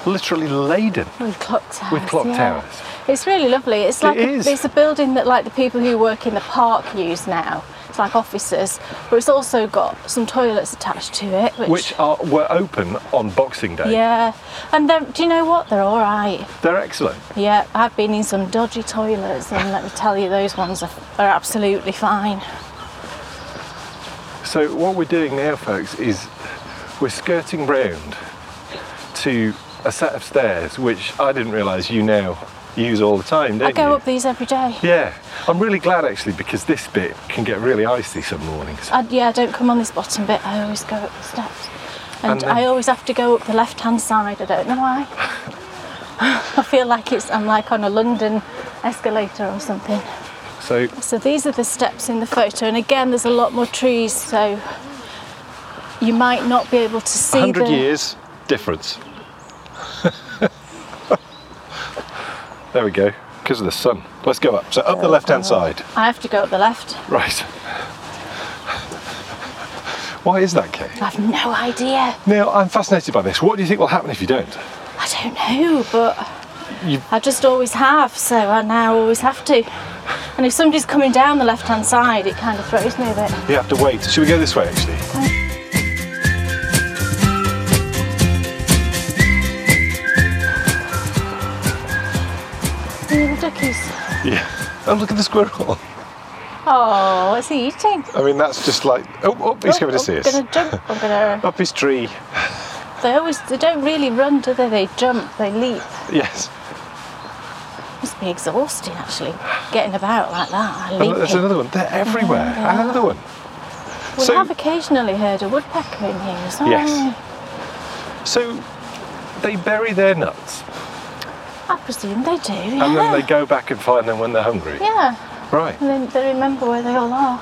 literally laden
With clock towers.
with clock
yeah.
towers.
It's really lovely. It's like
It
a,
is.
it's a building that like the people who work in the park use now. It's like offices, but it's also got some toilets attached to it, which.
Which are were open on Boxing Day.
yeah, and they're, do you know what? They're all right.
They're excellent.
Yeah, I've been in some dodgy toilets, and let me tell you, those ones are, are absolutely fine.
So what we're doing now, folks, is we're skirting round to a set of stairs, which I didn't realise you now use all the time, don't
I go
you?
up these every day.
Yeah, I'm really glad actually because this bit can get really icy some mornings.
I, yeah, I don't come on this bottom bit. I always go up the steps, and,
And then-
I always have to go up the left-hand side. I don't know why. I feel like it's I'm like on a London escalator or something.
So
So these are the steps in the photo, and again, there's a lot more trees, so you might not be able to see
100
the.
years difference. there we go, because of the sun. Let's go up. So up the left hand side.
I have to go up the left.
Right. Why is that, Kate?
I've no idea.
Now, I'm fascinated by this. What do you think will happen if you don't?
I don't know, but
You-
I just always have, so I now always have to. And if somebody's coming down the left-hand side, it kind of throws me a bit.
You have to wait. Should we go this way, actually?
See the duckies.
Yeah. Oh, look at the squirrel.
Oh, what's he eating?
I mean, that's just like. Oh, oh he's coming to see
I'm
us.
gonna jump. I'm gonna.
Up his tree.
They always. They don't really run, do they? They jump. They leap.
Yes.
Must be exhausting actually, getting about like that.
And look,
Leaping.
there's another one. They're everywhere.
Oh,
And another one.
We
So-
have occasionally heard a woodpecker in here as well.
Yes. So they bury their nuts
I presume they do. Yeah.
and then they go back and find them when they're hungry.
Yeah,
Right.
and then they remember where they all are.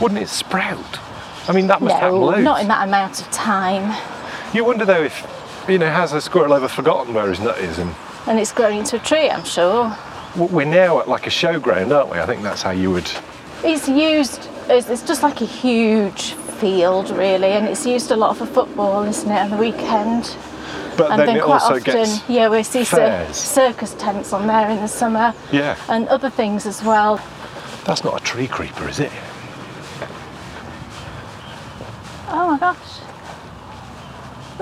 Wouldn't it sprout? I mean, that must happen
no,
loads.
not in that amount of time.
You wonder though if, you know, has a squirrel ever forgotten where his nut is? And
And it's grown into a tree, I'm sure.
w- we're now at like a showground, aren't we? I think that's how you would.
It's used, it's, it's just like a huge field really, and it's used a lot for football, isn't it, on the weekend.
But
and
then,
then
it
quite
also
often,
gets.
yeah, we see cir-
fairs.
circus tents on there in the summer.
Yeah.
And other things as well.
That's not a tree creeper, is it?
Oh my gosh,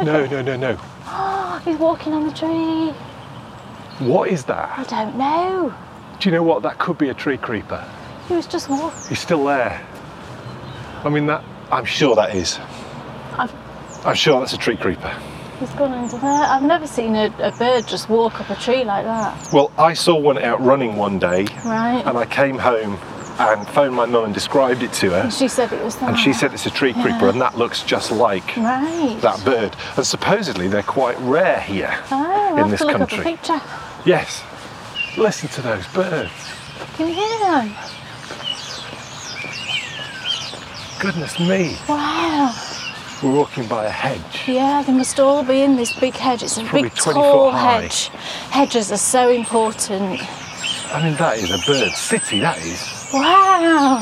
No, no, no, no.
Oh, he's walking on the tree.
What is that?
I don't know.
Do you know what? That could be a tree creeper.
He was just walking.
He's still there. I mean, that. I'm sure that is.
I've,
I'm sure that's a tree creeper.
he's gone under there. I've never seen a, a bird just walk up a tree like that.
Well, I saw one out running one day,
Right.
and I came home and phoned my mum and described it to her,
She said it was that.
and she said it's a tree creeper, and that looks just like
Ah. Right.
that bird. And supposedly they're quite rare here
Oh,
in
I'll have
this
to look
country.
up a picture.
Yes. Listen to those birds.
Can you hear them?
Goodness me.
Wow.
We're walking by a hedge.
Yeah, they must all be in this big hedge. It's a
Probably
big
20 foot
tall
high.
hedge. Hedges are so important.
I mean, that is a bird city, that is.
Wow.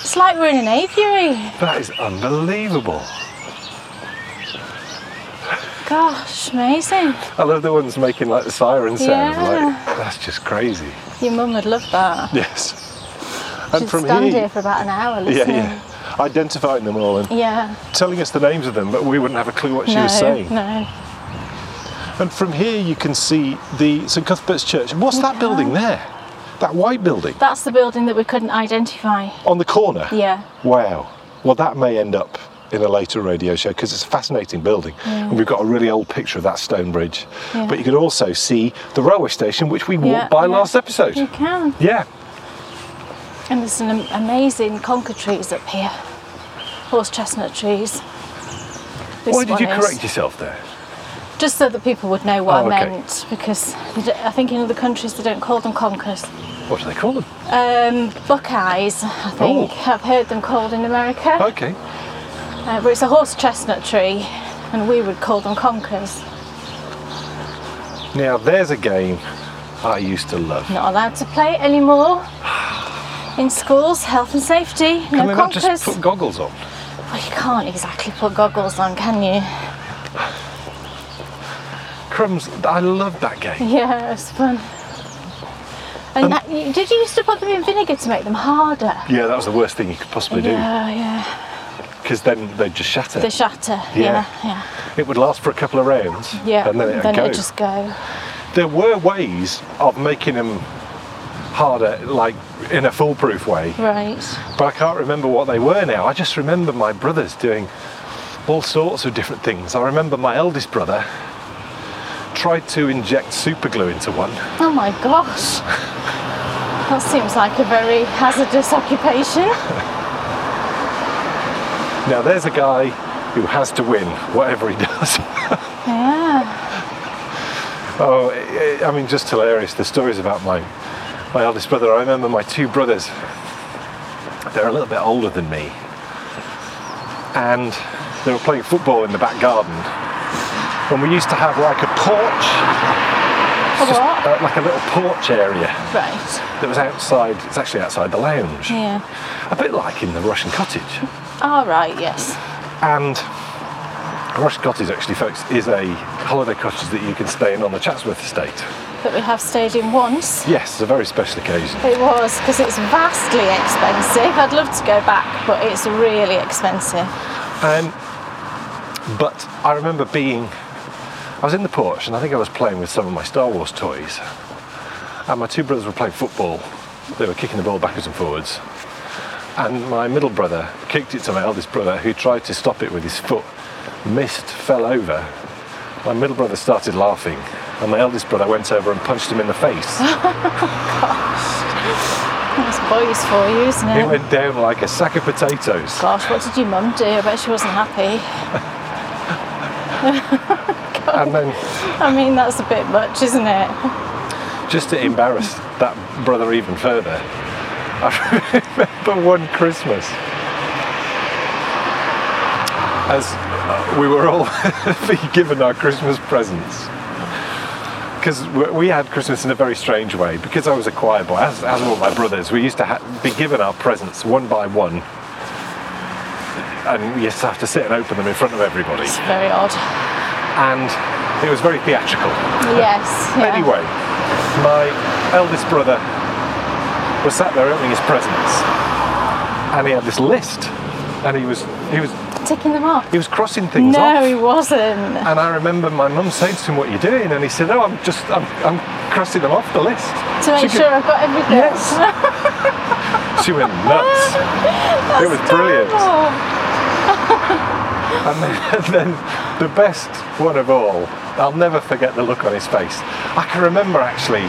it's like we're in an aviary.
That is unbelievable.
Gosh, amazing.
I love the ones making like the siren sound.
Yeah.
Like, that's just crazy.
Your mum would love that.
Yes.
She'd stand here for about an hour
Yeah,
listening.
yeah. Identifying them all and
Yeah,
telling us the names of them, but we wouldn't have a clue what she
no,
was saying.
no.
And from here, you can see the St Cuthbert's Church. And What's that building there? That white building
That's the building that we couldn't identify.
on the corner.
Yeah.
Wow. Well, that may end up in a later radio show because it's a fascinating building. And we've got a really old picture of that stone bridge.
Yeah.
But you can also see the railway station, which we walked
Yeah,
by
yeah.
last episode.
You can.
Yeah.
And there's some amazing conker trees up here. Horse chestnut trees. This
Why did
one
you
is.
correct yourself there?
Just so that people would know what
Oh,
I
okay.
meant, because they d- I think in other countries they don't call them conkers.
What do they call them?
Um, buckeyes, I think.
Oh.
I've heard them called in America.
Okay.
Uh, but it's a horse chestnut tree, and we would call them conkers.
Now, there's a game I used to love.
Not allowed to play it anymore. In schools, health and safety,
Can
no
they not just
conkers.
put goggles on?
Well, you can't exactly put goggles on, can you?
Crumbs, I love that game.
Yeah, it's fun. And
Um,
that, you- did you used to put them in vinegar to make them harder?
Yeah, that was the worst thing you could possibly
Yeah, yeah.
do because then they'd just shatter.
They shatter.
Yeah.
Yeah, yeah.
it would last for a couple of rounds
Yeah.
and then it'd go.
it'd just go.
There were ways of making them harder, like in a foolproof way,
Right.
but I can't remember what they were now. I just remember my brothers doing all sorts of different things. I remember my eldest brother tried to inject super glue into one.
Oh my gosh. That seems like a very hazardous occupation.
Now there's a guy who has to win, whatever he does.
Yeah.
Oh, i I I mean, just hilarious. The stories about my my eldest brother. I remember my two brothers. They're a little bit older than me, and they were playing football in the back garden. And we used to have like a porch,
A what?
uh, like a little porch area
Right.
that was outside. It's actually outside the lounge,
Yeah.
a bit like in the Russian cottage.
All right, yes.
And Russian cottage, actually, folks, is a holiday cottage that you can stay in on the Chatsworth estate.
But we have stayed in once.
Yes, it's a very special occasion.
It was because it's vastly expensive. I'd love to go back, but it's really expensive.
Um, but I remember being, I was in the porch and I think I was playing with some of my Star Wars toys. And my two brothers were playing football. They were kicking the ball backwards and forwards. And my middle brother kicked it to my eldest brother, who tried to stop it with his foot, missed, fell over. My middle brother started laughing, and my eldest brother went over and punched him in the face.
That's boys for you, isn't
He
it?
went down like a sack of potatoes.
Gosh, what did your mum do? I bet she wasn't happy.
And then
I mean, that's a bit much, isn't it?
just to embarrass that brother even further, I remember one Christmas as uh, we were all being given our Christmas presents. Because we had Christmas in a very strange way. Because I was a choir boy, as, as were my brothers, we used to ha- be given our presents one by one. And you just have to sit and open them in front of everybody.
It's very odd.
And it was very theatrical.
Yes. yeah.
Anyway, my eldest brother was sat there opening his presents, and he had this list, and he was he was
Ticking them off.
he was crossing things
No,
off.
he wasn't.
And I remember my mum saying to him, "What are you doing?" And he said, "Oh, I'm just I'm, I'm crossing them off the list."
To make
she
sure I've got everything.
Yes. She went nuts. it was brilliant.
Oh,
And then, and then the best one of all, I'll never forget the look on his face. I can remember actually,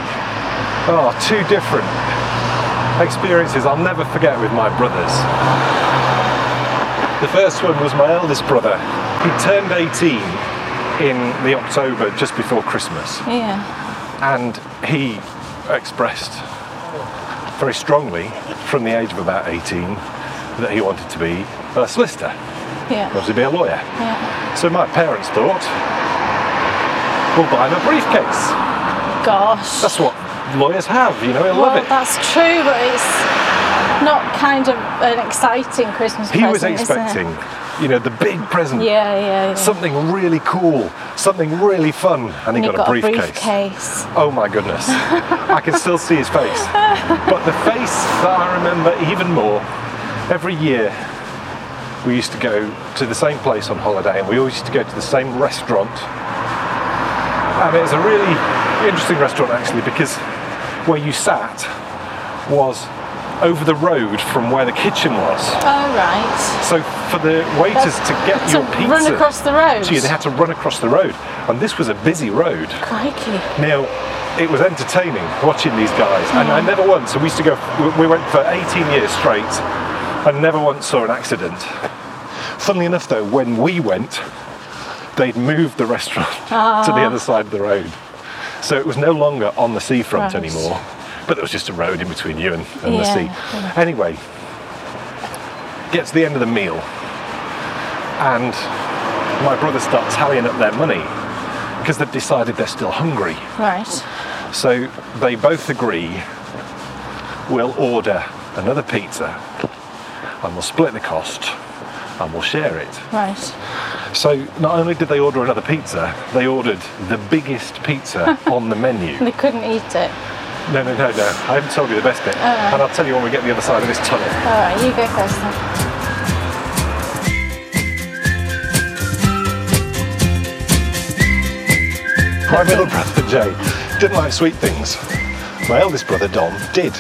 oh, two different experiences I'll never forget with my brothers. The first one was my eldest brother. He turned 18 in the October just before Christmas,
yeah.
and he expressed very strongly from the age of about 18 that he wanted to be a solicitor,
Yeah.
wanted to be a lawyer.
Yeah.
So my parents thought, we'll buy him a briefcase.
Gosh.
That's what lawyers have, you know, he'll
well,
love it.
that's true, but it's not kind of an exciting Christmas
He
present.
was
is it?
expecting, you know, the big present,
Yeah, yeah, yeah.
something really cool, something really fun, and he
And
got, a, briefcase. Oh my goodness. I can still see his face. But the face that I remember even more, every year we used to go to the same place on holiday and we always used to go to the same restaurant. And it was a really interesting restaurant actually because where you sat was over the road from where the kitchen was.
Oh right.
So for the waiters to get
To
your pizza
run across the road.
to you, they had to run across the road. And this was a busy road.
Crikey.
Now, it was entertaining watching these guys, and
Mm.
I never once. So we used to go. We we went for 18 years straight, and never once saw an accident. Funnily enough, though, when we went, they'd moved the restaurant to
Ah.
the other side of the road, so it was no longer on the seafront
Right.
anymore. But there was just a road in between you and, and the
Yeah,
sea. Anyway, get to the end of the meal, and my brothers start tallying up their money because they've decided they're still hungry.
Right.
So they both agree we'll order another pizza and we'll split the cost and we'll share it.
Right.
So not only did they order another pizza, they ordered the biggest pizza on the menu.
They couldn't eat it.
No, no, no, no. I haven't told you the best bit. And I'll tell you when we get the other side of this tunnel.
All right, you go first. Then.
My middle brother Jay didn't like sweet things. My eldest brother Don did.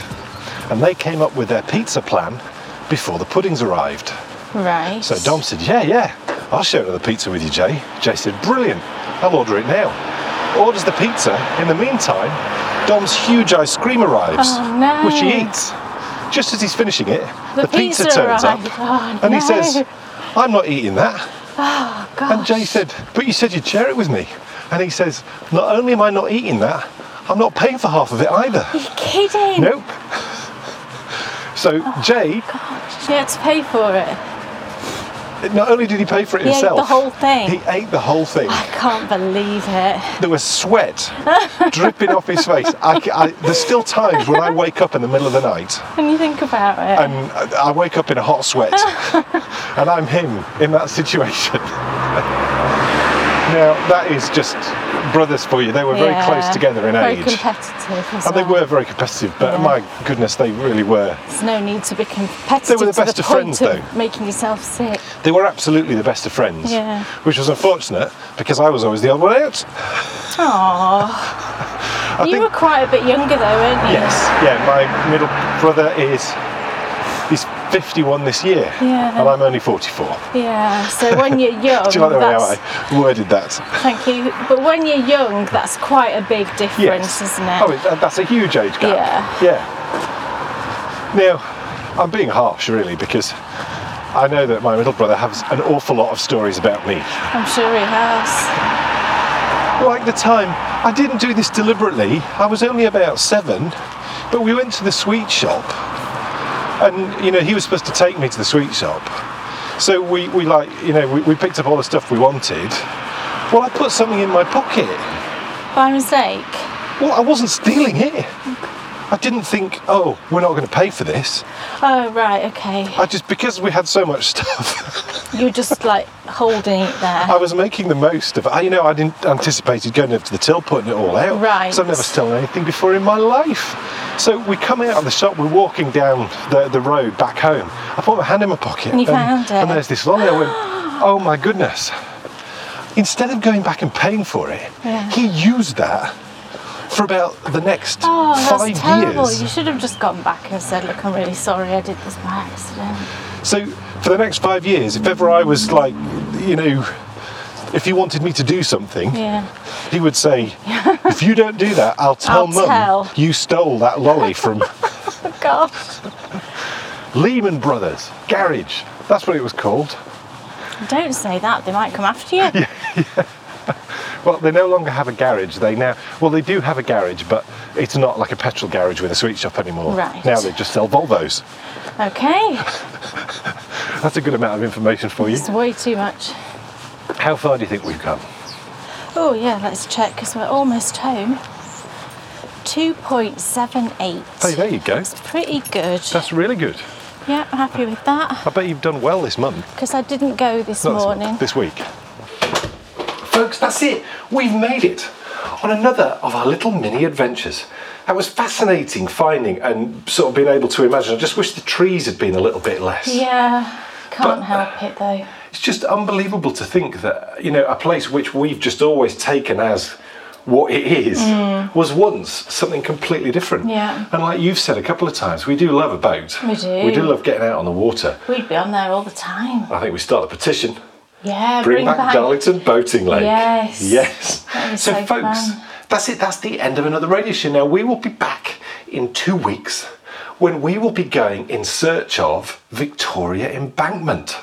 And they came up with their pizza plan before the puddings arrived.
Right.
So Dom said, Yeah, yeah, I'll share another pizza with you, Jay. Jay said, Brilliant, I'll order it now. orders the pizza. In the meantime, Dom's huge ice cream arrives,
Oh, no.
which he eats. Just as he's finishing it,
The
the, pizza,
pizza
turns up,
arrived. Oh,
and he
no. Oh,
says, "I'm not eating that." And
Gosh.
Jay said, But you said you'd share it with me. And he says, Not only am I not eating that, I'm not paying for half of it either.
You're kidding.
nope. So
Oh,
Jay,
She had to pay for it.
not only did he pay for it
He ate
himself,
the whole thing.
He ate the whole thing.
I can't believe it.
There was sweat dripping off his face. I c I there's still times when I wake up in the middle of the night
When you think about it.
and I I wake up in a hot sweat, and I'm him in that situation. now that is just brothers for you. They were very
Yeah.
close together in
very
age.
competitive. As
And they
well.
were very competitive, but
Yeah.
my goodness, they really were.
There's no need to be competitive
They were the
to
best
the
of
point
friends,
of
though.
making yourself sick.
They were absolutely the best of friends.
Yeah.
Which was unfortunate because I was always the odd one out.
Aww.
I
you were quite a bit younger though, weren't you?
yes, yeah, my middle brother is he's 51 this year,
Yeah.
and I'm only 44.
Yeah. So when you're young,
Do you like the way
that's,
I worded that?
thank you. But when you're young, that's quite a big difference, isn't it?
Oh, it- that- that's a huge age gap.
Yeah.
Yeah. Now, I'm being harsh really because I know that my middle brother has an awful lot of stories about me.
I'm sure he has.
Like the time, I didn't do this deliberately, I was only about seven, but we went to the sweet shop and, you know, he was supposed to take me to the sweet shop. So we, we like, you know, we, we picked up all the stuff we wanted. Well, I put something in my pocket.
By mistake.
Well, I wasn't stealing it. I didn't think, oh, we're not going to pay for this.
Oh right, okay.
I just, because we had so much stuff,
You're just like holding it there.
I was making the most of it. I, you know, I didn't anticipated going over to the till, putting it all out.
Right.
So I've never stolen anything before in my life. So we come out of the shop, we're walking down the, the road back home. I put my hand in my pocket.
And you found it.
And there's this lorry. I went, oh my goodness. Instead of going back and paying for it,
Yeah.
he used that for about the next
Oh,
five
that's terrible.
years.
You should have just gone back and said, Look, I'm really sorry I did this by accident.
So for the next five years, if ever I was like, you know, if he wanted me to do something,
Yeah.
he would say, "If you don't do that, I'll tell
I'll
mum
tell."
you stole that lolly from
Oh, gosh.
Lehman Brothers Garage." That's what it was called.
Don't say that, they might come after you.
Well, they no longer have a garage. They now, well, they do have a garage, but it's not like a petrol garage with a sweet shop anymore.
Right.
Now they just sell Volvos.
Okay.
That's a good amount of information for you.
It's way too much.
How far do you think we've come?
Oh, yeah, let's check because we're almost home. 2.78.
Hey, there you go.
It's pretty good.
That's really good.
Yeah, I'm happy with that
I bet you've done well this month.
because I didn't go this
Not this month,
morning.
This week. Folks, that's it. We've made it on another of our little mini adventures. That was fascinating finding and sort of being able to imagine. I just wish the trees had been a little bit less.
Yeah, can't
But-
help it though.
It's just unbelievable to think that, you know, a place which we've just always taken as what it is was once something completely different.
Mm. Yeah.
And like you've said a couple of times, we do love a boat.
We do.
We do love getting out on the water.
We'd be on there all the time.
I think we start a petition.
Yeah,
Bring, back, Darlington Boating Lake.
Yes.
Yes.
That is
So,
so
folks,
fun.
that's it. That's the end of another radio show. Now, we will be back in two weeks when we will be going in search of Victoria Embankment.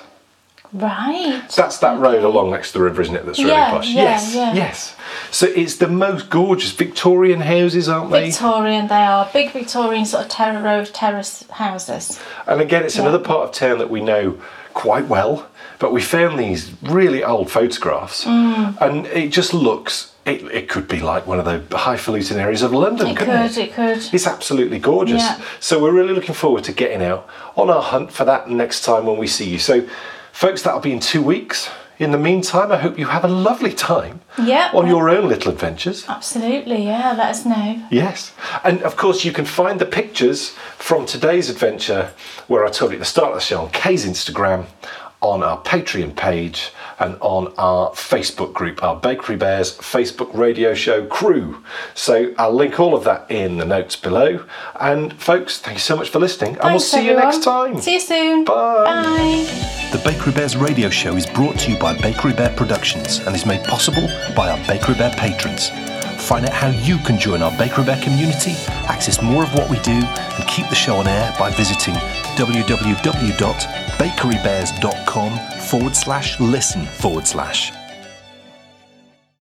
Right.
That's that road along next to the river, isn't it? That's really
Yeah,
posh.
yeah,
yes.
yeah.
Yes. So, it's the most gorgeous Victorian houses, aren't they?
Victorian, they are big Victorian sort of terra row terrace houses.
And again, it's another part of town that we know quite well, but we found these really old photographs,
Mm.
and it just looks. It, it could be like one of the highfalutin areas of London,
It
couldn't
could, it could.
It's absolutely gorgeous.
Yeah.
So we're really looking forward to getting out on our hunt for that next time when we see you. So, folks, that'll be in two weeks. In the meantime, I hope you have a lovely time
Yeah.
on your own little adventures.
Absolutely, yeah, let us know.
Yes. And of course, you can find the pictures from today's adventure, where I told you at the start of the show, on Kay's Instagram, on our Patreon page, and on our Facebook group, our Bakery Bears Facebook radio show crew. So I'll link all of that in the notes below. And folks, thank you so much for listening, and we'll
Thanks,
see you
everyone.
next time.
See you soon.
Bye.
Bye.
The Bakery Bears radio show is brought to you by Bakery Bear Productions and is made possible by our Bakery Bear patrons.
Find out how you can join our Baker Bear community, access more of what we do, and keep the show on air by visiting www.bakerybears.com forward slash listen forward slash.